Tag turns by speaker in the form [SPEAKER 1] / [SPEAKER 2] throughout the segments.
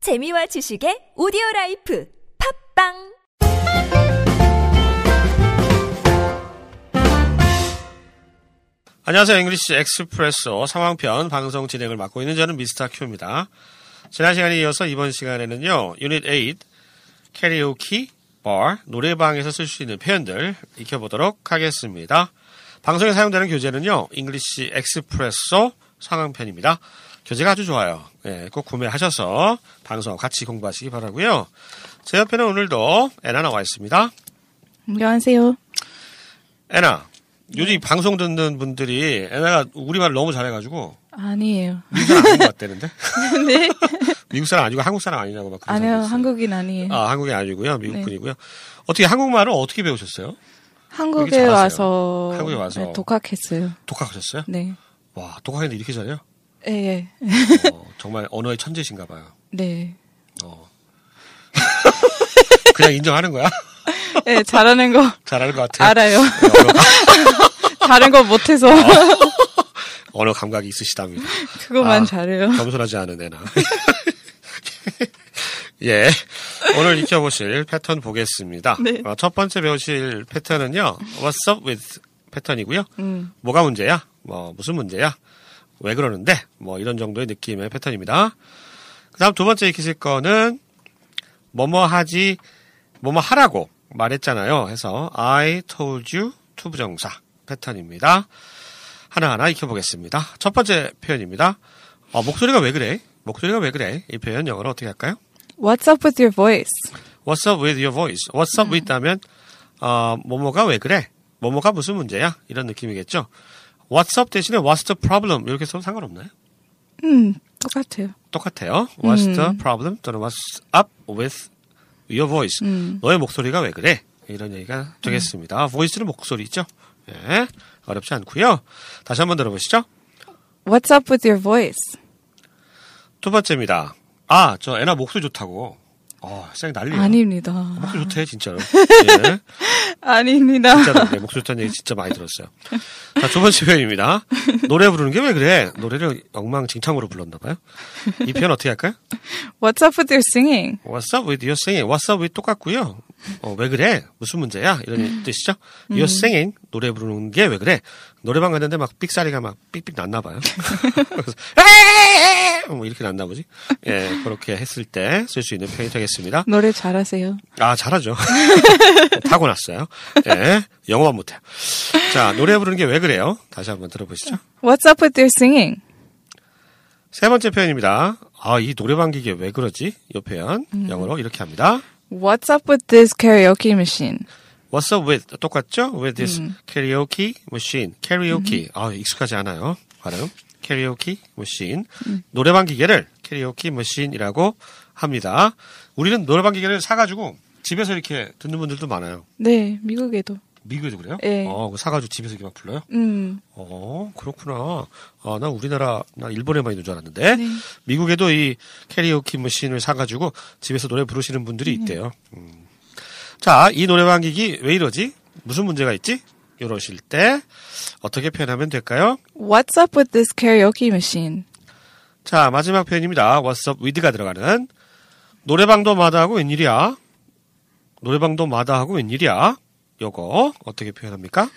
[SPEAKER 1] 재미와 지식의 오디오 라이프 팝빵
[SPEAKER 2] 안녕하세요. 잉글리시 엑스프레소 상황편 방송 진행을 맡고 있는 저는 미스터 큐입니다. 지난 시간에 이어서 이번 시간에는요. 유닛 8 캐리오키, bar, 노래방에서 쓸 수 있는 표현들 익혀보도록 하겠습니다. 방송에 사용되는 교재는요. 잉글리시 엑스프레소 상황편입니다. 교재가 아주 좋아요. 예, 꼭 구매하셔서 방송 같이 공부하시기 바라고요. 제 옆에는 오늘도 애나 나와 있습니다.
[SPEAKER 3] 안녕하세요.
[SPEAKER 2] 애나. 요즘 이 방송 듣는 분들이 애나가 우리말 너무 잘해가지고
[SPEAKER 3] 아니에요.
[SPEAKER 2] 미국 사람 아닌 것 같다는데?
[SPEAKER 3] 네.
[SPEAKER 2] 미국 사람 아니고 한국 사람 아니냐고 막 그런
[SPEAKER 3] 아니요,
[SPEAKER 2] 사람도 있어요.
[SPEAKER 3] 한국인 아니에요.
[SPEAKER 2] 아, 한국이 아니고요. 미국
[SPEAKER 3] 네.
[SPEAKER 2] 분이고요. 어떻게 한국말을 어떻게 배우셨어요? 여기
[SPEAKER 3] 한국에
[SPEAKER 2] 잘하세요.
[SPEAKER 3] 와서
[SPEAKER 2] 한국에 와서.
[SPEAKER 3] 네, 독학했어요.
[SPEAKER 2] 독학하셨어요?
[SPEAKER 3] 네.
[SPEAKER 2] 와, 독학했는데 이렇게 잘해요?
[SPEAKER 3] 예, 예.
[SPEAKER 2] 어, 정말 언어의 천재신가 봐요.
[SPEAKER 3] 네.
[SPEAKER 2] 어. 그냥 인정하는 거야?
[SPEAKER 3] 예, 잘하는 거
[SPEAKER 2] 잘하는 것 같아요.
[SPEAKER 3] 알아요.
[SPEAKER 2] 네, 언어, 감-
[SPEAKER 3] 다른 거 못해서
[SPEAKER 2] 언어 감각이 있으시답니다.
[SPEAKER 3] 그거만
[SPEAKER 2] 아.
[SPEAKER 3] 잘해요.
[SPEAKER 2] 겸손하지 않은 애나. 예. 오늘 익혀보실 패턴 보겠습니다.
[SPEAKER 3] 네.
[SPEAKER 2] 어, 첫 번째 배우실 패턴은요. What's up with 패턴이고요.
[SPEAKER 3] 음.
[SPEAKER 2] 뭐가 문제야? 뭐 무슨 문제야? 왜 그러는데? 뭐 이런 정도의 느낌의 패턴입니다. 그다음 두 번째 익히실 거는 뭐뭐 하지 뭐뭐 하라고 말했잖아요. 해서 I told you to 부정사 패턴입니다. 하나하나 익혀보겠습니다. 첫 번째 표현입니다. 어, 목소리가 왜 그래? 목소리가 왜 그래? 이 표현 영어로 어떻게 할까요?
[SPEAKER 3] What's up with your voice?
[SPEAKER 2] What's up with your voice? What's up with 하면 어, 뭐뭐가 왜 그래? 뭐뭐가 무슨 문제야? 이런 느낌이겠죠. What's up 대신에 What's the problem? 이렇게 써도 상관없나요?
[SPEAKER 3] 음, 똑같아요.
[SPEAKER 2] 똑같아요. What's the problem? 또는 What's up with your voice? 너의 목소리가 왜 그래? 이런 얘기가 되겠습니다. voice는 목소리죠. 예, 어렵지 않고요. 다시 한번 들어보시죠.
[SPEAKER 3] What's up with your voice?
[SPEAKER 2] 두 번째입니다. 아, 저 애나 목소리 좋다고. 어, 쌩 난리예요.
[SPEAKER 3] 아닙니다.
[SPEAKER 2] 목소리 좋대 진짜로. 예.
[SPEAKER 3] 아닙니다.
[SPEAKER 2] 진짜로 내 목소리 좋다는 얘기 진짜 많이 들었어요. 자, 두 번째 표현입니다. 노래 부르는 게 왜 그래? 노래를 엉망진창으로 불렀나 봐요. 이 표현 어떻게 할까요?
[SPEAKER 3] What's up with your singing?
[SPEAKER 2] What's up with your singing? What's up with 똑같고요. 어, 왜 그래? 무슨 문제야? 이런 뜻이죠. Your singing 노래 부르는 게 왜 그래? 노래방 갔는데 막 삑사리가 막 삑삑 났나 봐요. 그래서 에에에에 뭐 이렇게 났나 보지. 예, 그렇게 했을 때 쓸 수 있는 표현이 되겠습니다.
[SPEAKER 3] 노래 잘하세요.
[SPEAKER 2] 아, 잘하죠. 타고났어요. 예, 영어만 못해요. 자, 노래 부르는 게 왜 그래요? 다시 한번 들어보시죠.
[SPEAKER 3] What's up with your singing?
[SPEAKER 2] 세 번째 표현입니다. 아, 이 노래방 기계 왜 그러지? 이 표현 영어로 이렇게 합니다.
[SPEAKER 3] What's up with this karaoke machine?
[SPEAKER 2] What's up with 똑같죠? With this karaoke machine, karaoke. 아 익숙하지 않아요 발음. karaoke machine 노래방 기계를 karaoke machine이라고 합니다. 우리는 노래방 기계를 사가지고 집에서 이렇게 듣는 분들도 많아요.
[SPEAKER 3] 네, 미국에도.
[SPEAKER 2] 미국에도 그래요?
[SPEAKER 3] 예.
[SPEAKER 2] 어, 그거 사가지고 집에서 이렇게 막 불러요?
[SPEAKER 3] 음.
[SPEAKER 2] 어, 그렇구나. 아, 나 우리나라, 나 일본에만 있는 줄 알았는데, 미국에도 이 캐리오키 머신을 사가지고 집에서 노래 부르시는 분들이 있대요. 음. 자, 이 노래방 기기 왜 이러지? 무슨 문제가 있지? 이러실 때, 어떻게 표현하면 될까요?
[SPEAKER 3] What's up with this karaoke machine?
[SPEAKER 2] 자, 마지막 표현입니다. What's up with가 들어가는, 노래방도 마다하고 웬일이야? 노래방도 마다하고 웬일이야? 요거, 어떻게 표현합니까?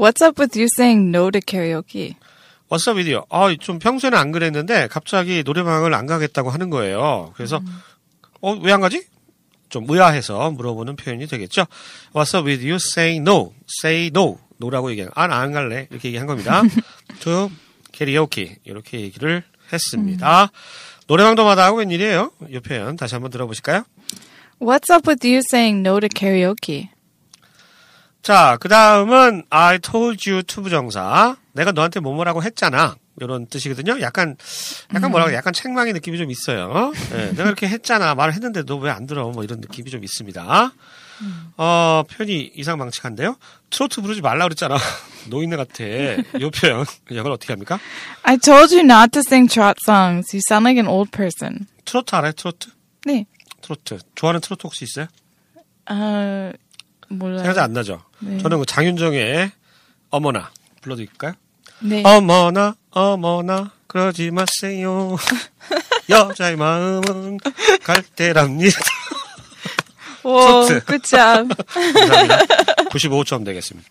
[SPEAKER 3] What's up with you saying no to karaoke?
[SPEAKER 2] What's up with you? 아, 좀 평소에는 안 그랬는데 갑자기 노래방을 안 가겠다고 하는 거예요. 그래서 어, 왜 안 가지? 좀 의아해서 물어보는 표현이 되겠죠. What's up with you? Say no. Say no. no라고 얘기해요. 아, 나안 갈래. 이렇게 얘기한 겁니다. to karaoke. 이렇게 얘기를 했습니다. 노래방도 마다하고 웬일이에요? 이 표현 다시 한번 들어보실까요?
[SPEAKER 3] What's up with you saying no to karaoke?
[SPEAKER 2] 자, 그 다음은 I told you to 부정사. 내가 너한테 뭐뭐라고 했잖아. 이런 뜻이거든요. 약간, 약간 뭐라고, 약간 책망의 느낌이 좀 있어요. 예, 내가 이렇게 했잖아. 말을 했는데 너 왜 안 들어? 뭐 이런 느낌이 좀 있습니다. 어, 표현이 이상망측한데요. 트로트 부르지 말라 그랬잖아. 노인네 같아. 요 표현. 이걸 어떻게 합니까?
[SPEAKER 3] I told you not to sing trot songs. You sound like an old person.
[SPEAKER 2] 트로트 알아요? 트로트?
[SPEAKER 3] 네.
[SPEAKER 2] 트로트. 좋아하는 트로트 혹시 있어요?
[SPEAKER 3] 아, 몰라요.
[SPEAKER 2] 생각이 안 나죠? 저는 그 장윤정의 어머나. 불러드릴까요?
[SPEAKER 3] 네.
[SPEAKER 2] 어머나 어머나 그러지 마세요. 여자의 마음은 갈대랍니다.
[SPEAKER 3] Whoa,
[SPEAKER 2] Trotz.
[SPEAKER 3] good job.
[SPEAKER 2] 감사합니다. 95점 되겠습니다.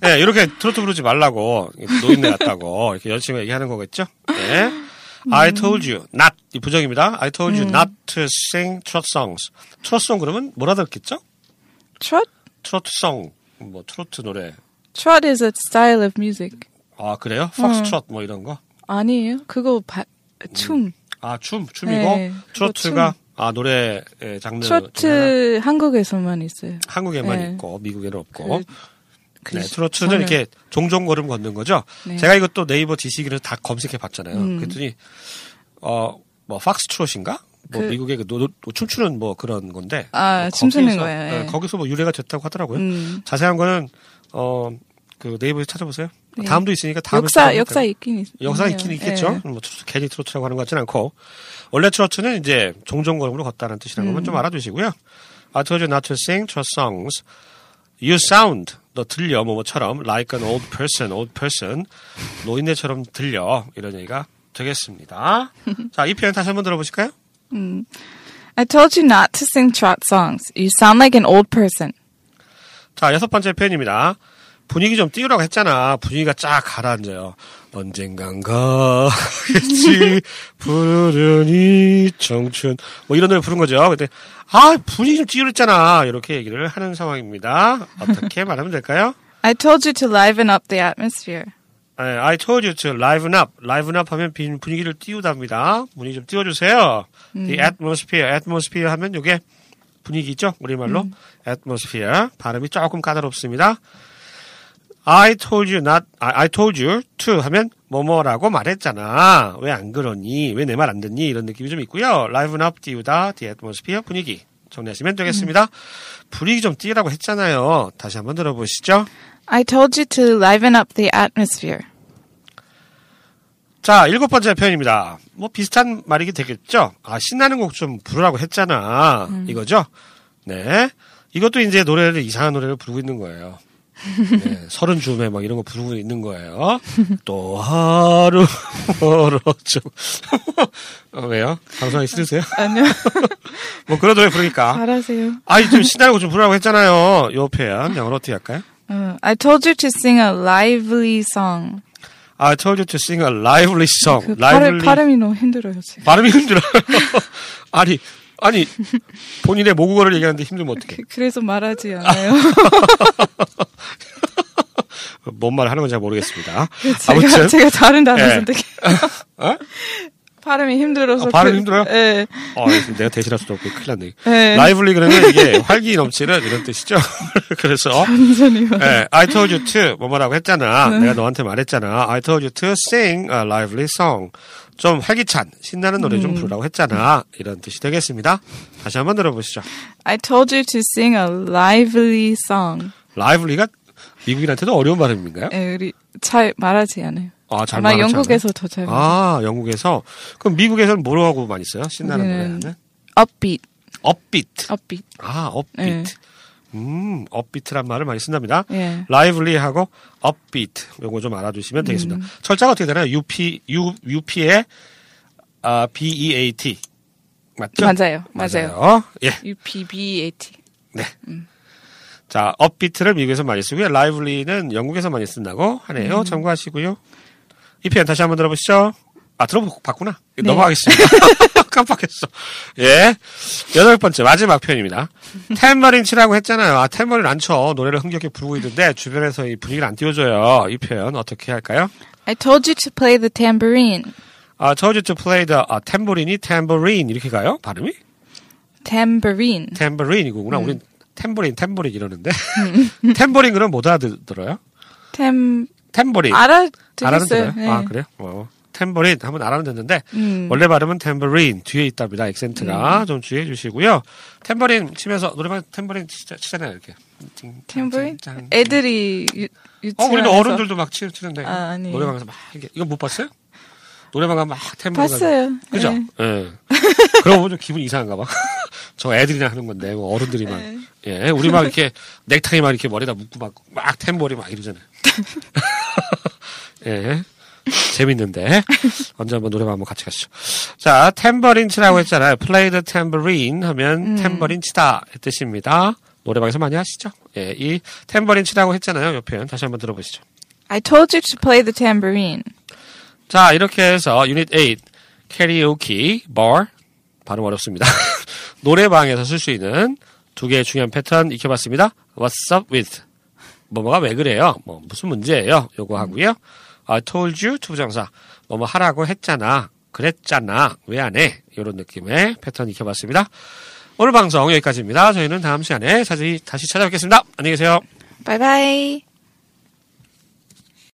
[SPEAKER 2] 네, 이렇게 트로트 부르지 말라고 노인네 같다고 이렇게 여자친구 얘기하는 거겠죠? 네.
[SPEAKER 3] 음.
[SPEAKER 2] I told you not 이 부정입니다. I told
[SPEAKER 3] 네.
[SPEAKER 2] you not to sing trot songs. 트롯송 그러면 뭐라 들었겠죠?
[SPEAKER 3] Trot,
[SPEAKER 2] 트로트송 뭐 트로트 노래
[SPEAKER 3] trot is a style of music.
[SPEAKER 2] 아 그래요?
[SPEAKER 3] 음.
[SPEAKER 2] 팍스트롯 뭐 이런 거?
[SPEAKER 3] 아니에요. 그거 바, 춤.
[SPEAKER 2] 아, 춤, 춤이고,
[SPEAKER 3] 네, 그거
[SPEAKER 2] 트로트가, 아, 노래 의 장르. 중에 하나.
[SPEAKER 3] 트로트 한국에서만 있어요.
[SPEAKER 2] 한국에만
[SPEAKER 3] 네.
[SPEAKER 2] 있고, 미국에는 없고.
[SPEAKER 3] 그
[SPEAKER 2] 네, 트로트는
[SPEAKER 3] 저는-
[SPEAKER 2] 이렇게 종종 걸음 걷는 거죠.
[SPEAKER 3] 네. 음.
[SPEAKER 2] 제가 이것도 네이버 지식으로 다 검색해 봤잖아요. 그랬더니, 어, 뭐, 팍스트롯인가? 뭐,
[SPEAKER 3] 그-
[SPEAKER 2] 미국의 그 노, 노- 춤추는 뭐 그런 건데.
[SPEAKER 3] 아,
[SPEAKER 2] 뭐
[SPEAKER 3] 춤추는
[SPEAKER 2] 거기에서-
[SPEAKER 3] 거예요.
[SPEAKER 2] 네,
[SPEAKER 3] 예.
[SPEAKER 2] 거기서 뭐 유래가 됐다고 하더라고요.
[SPEAKER 3] 음.
[SPEAKER 2] 자세한 거는, 어, 그 네이버에서 찾아보세요.
[SPEAKER 3] 네.
[SPEAKER 2] 다음도 있으니까 다음에 또
[SPEAKER 3] 역사
[SPEAKER 2] 한번
[SPEAKER 3] 역사
[SPEAKER 2] 볼까요?
[SPEAKER 3] 있긴 있,
[SPEAKER 2] 역사
[SPEAKER 3] 있네요.
[SPEAKER 2] 있긴
[SPEAKER 3] 예.
[SPEAKER 2] 있겠죠. 뭐 트로트, 괜히 트로트라고 하는 것 같진 않고 원래 트로트는 이제 종종 걸음으로 걷다는 뜻이라는 것만 좀 알아두시고요. I told you not to sing trot songs. You sound 너 들려 뭐뭐처럼 like an old person, old person 노인네처럼 들려 이런 얘기가 되겠습니다. 자, 이 표현 다시 한번 들어보실까요?
[SPEAKER 3] I told you not to sing trot songs. You sound like an old person.
[SPEAKER 2] 자, 여섯 번째 표현입니다. 분위기 좀 띄우라고 했잖아. 분위기가 쫙 가라앉아요. 언젠간 가겠지, 부르려니, 청춘. 뭐 이런 노래 부른 거죠. 그때, 아, 분위기 좀 띄우랬잖아. 이렇게 얘기를 하는 상황입니다. 어떻게 말하면 될까요?
[SPEAKER 3] I told you to liven up the atmosphere.
[SPEAKER 2] 네, I told you to liven up. liven up 하면 빈 분위기를 띄우답니다. 분위기 좀 띄워주세요. The atmosphere. atmosphere 하면 요게 분위기죠. 우리말로. atmosphere. 발음이 조금 까다롭습니다. I told you not, I, I told you to 하면 뭐뭐라고 말했잖아. 왜 안 그러니? 왜 내 말 안 듣니? 이런 느낌이 좀 있고요. liven up, 띄우다, the atmosphere, 분위기. 정리하시면 되겠습니다. 분위기 좀 띄우라고 했잖아요. 다시 한번 들어보시죠.
[SPEAKER 3] I told you to liven up the atmosphere.
[SPEAKER 2] 자, 일곱 번째 표현입니다. 뭐 비슷한 말이게 되겠죠? 아, 신나는 곡 좀 부르라고 했잖아.
[SPEAKER 3] 음.
[SPEAKER 2] 이거죠? 네. 이것도 이제 노래를, 이상한 노래를 부르고 있는 거예요. 네, 서른 줌에 막 이런 거 부르고 있는 거예요. 또 하루 멀어져. 어, 왜요? 방송하기 싫으세요?
[SPEAKER 3] 아니요.
[SPEAKER 2] 뭐 그런 노래 부르니까.
[SPEAKER 3] 잘하세요.
[SPEAKER 2] 아니, 좀 신나는 곡 좀 부르라고 했잖아요. 요 표현. 영어로 어떻게 할까요?
[SPEAKER 3] 어, I told you to sing a lively song.
[SPEAKER 2] I told you to sing a lively song.
[SPEAKER 3] 그 발음,
[SPEAKER 2] lively
[SPEAKER 3] 발음이 너무 힘들어요 지금.
[SPEAKER 2] 발음이 힘들어요. 아니, 아니, 본인의 모국어를 얘기하는데 힘들면 어떡해.
[SPEAKER 3] 그, 그래서 말하지 않아요.
[SPEAKER 2] 뭔 말을 하는 건지 잘 모르겠습니다.
[SPEAKER 3] 제가,
[SPEAKER 2] 아무튼,
[SPEAKER 3] 제가 다른 단어
[SPEAKER 2] 예.
[SPEAKER 3] 선택해.
[SPEAKER 2] 어?
[SPEAKER 3] 발음이 힘들어서.
[SPEAKER 2] 아, 발음이 힘들어요?
[SPEAKER 3] 예.
[SPEAKER 2] 어, 내가 대신할 수도 없고 큰일 났네.
[SPEAKER 3] 네.
[SPEAKER 2] 라이블리 그러면 이게 활기 넘치는 이런 뜻이죠. 그래서
[SPEAKER 3] 완전히.
[SPEAKER 2] 예, I told you to 뭐뭐라고 했잖아.
[SPEAKER 3] 네.
[SPEAKER 2] 내가 너한테 말했잖아. I told you to sing a lively song. 좀 활기찬 신나는 노래
[SPEAKER 3] 음.
[SPEAKER 2] 좀 부르라고 했잖아. 이런 뜻이 되겠습니다. 다시 한번 들어보시죠.
[SPEAKER 3] I told you to sing a lively song.
[SPEAKER 2] 라이블리가 미국인한테도 어려운 발음인가요?
[SPEAKER 3] 예, 우리 잘 말하지 않아요.
[SPEAKER 2] 아, 잘
[SPEAKER 3] 아마
[SPEAKER 2] 말하지 않아요?
[SPEAKER 3] 영국에서 더 잘. 말해요.
[SPEAKER 2] 아, 영국에서. 그럼 미국에서는 뭐로 하고 많이 써요? 신나는
[SPEAKER 3] 우리는
[SPEAKER 2] 노래는?
[SPEAKER 3] upbeat,
[SPEAKER 2] 업비트.
[SPEAKER 3] upbeat.
[SPEAKER 2] 아,
[SPEAKER 3] 네.
[SPEAKER 2] 업비트. 음, 업비트란 말을 많이 쓴답니다.
[SPEAKER 3] 예.
[SPEAKER 2] 라이블리하고 업비트. 요거 좀 알아두시면 되겠습니다.
[SPEAKER 3] 음.
[SPEAKER 2] 철자가 어떻게 되나요? UP, U, UP에 아, BEAT. 맞죠?
[SPEAKER 3] 맞아요, 맞아요.
[SPEAKER 2] 예.
[SPEAKER 3] U P B E A T.
[SPEAKER 2] 네. 자, 업비트를 미국에서 많이 쓰고요. 라이블리는 영국에서 많이 쓴다고 하네요. 참고하시고요. 이 표현 다시 한번 들어보시죠. 아, 들어보고 봤구나. 넘어가겠습니다. 깜빡했어. 예. 여덟 번째, 마지막 표현입니다. 탬버린 치라고 했잖아요. 아, 탬버린 안 쳐. 노래를 흥겹게 부르고 있는데, 주변에서 이 분위기를 안 띄워줘요. 이 표현 어떻게 할까요?
[SPEAKER 3] I told you to play the tambourine.
[SPEAKER 2] 아, told you to play the, 아, 탬버린이 탬버린. 이렇게 가요? 발음이?
[SPEAKER 3] Tambourine.
[SPEAKER 2] 탬버린이구나. 우린 탬버린, 탬버린 이러는데. 탬버린 그럼 못 알아들어요?
[SPEAKER 3] Tam.
[SPEAKER 2] 탬버린. 알아는 들어요?
[SPEAKER 3] 알아듣겠어요. 네.
[SPEAKER 2] 아, 그래요? 어. 탬버린 한번 알아는 듣는데 원래 발음은 탬버린 뒤에 있답니다. 액센트가
[SPEAKER 3] 네.
[SPEAKER 2] 좀 주의해 주시고요. 탬버린 치면서 노래방 탬버린 치자, 치잖아요. 이렇게.
[SPEAKER 3] tambourine.
[SPEAKER 2] 짠, 짠.
[SPEAKER 3] 애들이 유,
[SPEAKER 2] 어,
[SPEAKER 3] 유치원에서.
[SPEAKER 2] 우리는 어른들도 막 치, 치는데
[SPEAKER 3] 아, 아니에요.
[SPEAKER 2] 노래방에서 막 이게 이거 못 봤어요? 노래방 가면 막 탬버린
[SPEAKER 3] 봤어요.
[SPEAKER 2] 그죠?
[SPEAKER 3] 예.
[SPEAKER 2] 예. 그러고 보면 좀 기분이 이상한가 봐. 저 애들이랑 하는 건데, 뭐 어른들이만. 예, 우리 막 이렇게 넥타이 막 이렇게 머리에다 묶고 막, 막 탬버리 막 이러잖아요. 예. 재밌는데 언제 한번 노래방 한번 같이 가시죠. 자, 탬버린 치라고 했잖아요. Play the tambourine 하면 탬버린 치다 이 뜻입니다. 노래방에서 많이 하시죠? 예, 이 탬버린 치라고 했잖아요. 이 표현 다시 한번 들어보시죠.
[SPEAKER 3] I told you to play the tambourine.
[SPEAKER 2] 자, 이렇게 해서 유닛 8 캐리오키 bar 발음 어렵습니다. 노래방에서 쓸 수 있는 두 개의 중요한 패턴 익혀봤습니다. What's up with 뭐뭐가 왜 그래요? 뭐 무슨 문제예요? 요거 하고요. I told you 투부정사 뭐뭐 하라고 했잖아. 그랬잖아. 왜 안 해? 이런 느낌의 패턴 익혀봤습니다. 오늘 방송 여기까지입니다. 저희는 다음 시간에 다시, 다시 찾아뵙겠습니다. 안녕히 계세요.
[SPEAKER 3] Bye bye.